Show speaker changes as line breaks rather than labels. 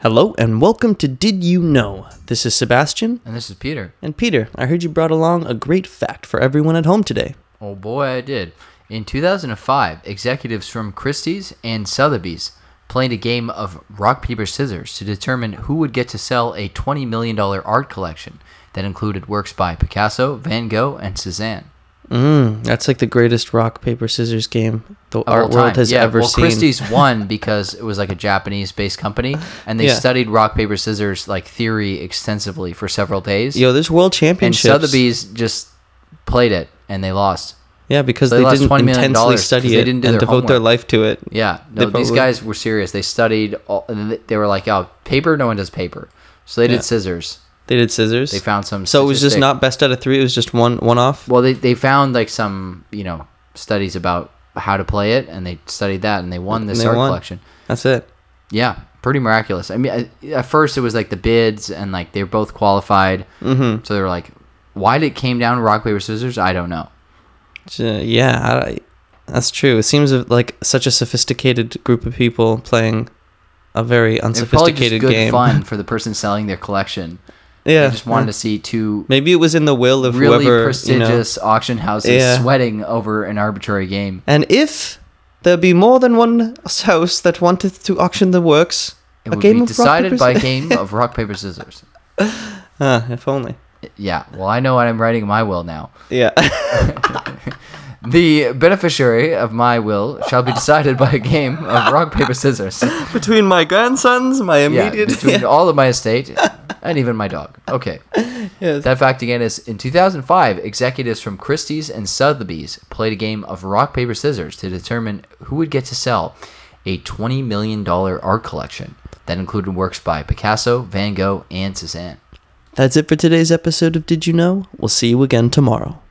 Hello and welcome to Did You Know? This is Sebastian
And this is Peter.
and Peter. I heard you brought along a great fact for everyone at home today.
Oh boy, I did. In 2005, executives from Christie's and Sotheby's played a game of rock, paper, scissors to determine who would get to sell a $20 million art collection that included works by Picasso, Van Gogh, and Cezanne.
Mm, that's like the greatest rock, paper, scissors game the
of all
art world
time.
has
yeah,
ever
well,
seen.
Christie's won because it was like a Japanese-based company, and they
Yeah.
studied rock, paper, scissors like theory extensively for several days.
Yo, there's world
and
championships.
Sotheby's just played it, and they lost.
yeah, because
they
they,
lost
didn't
$20 million
intensely
'cause
study
they
it
didn't do
and
their
devote their life to it.
Yeah,
They
no, these
probably-
guys were serious. They studied all. and th- They were like, "Oh, paper. No one does paper." So they
Yeah.
did scissors.
They did scissors.
They found some.
so it was just
statistic-
not best out of three. It was just one one off.
Well, they they found like some you know studies about how to play it, and they studied that, and they won this
they
art
won.
collection.
That's it.
Yeah, pretty miraculous. I mean, I, at first it was like the bids, and like they were both qualified. Mm-hmm. So they were like, "Why did it came down to rock paper scissors?" I don't know.
Uh, yeah, I, that's true. It seems like such a sophisticated group of people playing a very
It's probably just
unsophisticated
good
game.
fun for the person selling their collection.
Yeah,
They just wanted to see two
Maybe it was in the will of whoever.
really
You know.
prestigious auction houses
Yeah.
sweating over an arbitrary game.
And if there be more than one house that wanted to auction the works,
It
a
would
game
be
of
decided
rock,
by
paper,
a game of rock paper scissors.
Ah, if only.
Yeah, well, I know what I'm writing in my will now.
Yeah.
The beneficiary of my will shall be decided by a game of rock paper scissors.
between my grandsons, my
Yeah,
immediate.
between all of my estate and even my dog. Okay.
Yes.
That fact again is in 2005, executives from Christie's and Sotheby's played a game of rock, paper, scissors to determine who would get to sell a $20 million art collection that included works by Picasso, Van Gogh, and Cezanne.
That's it for today's episode of Did You Know? We'll see you again tomorrow.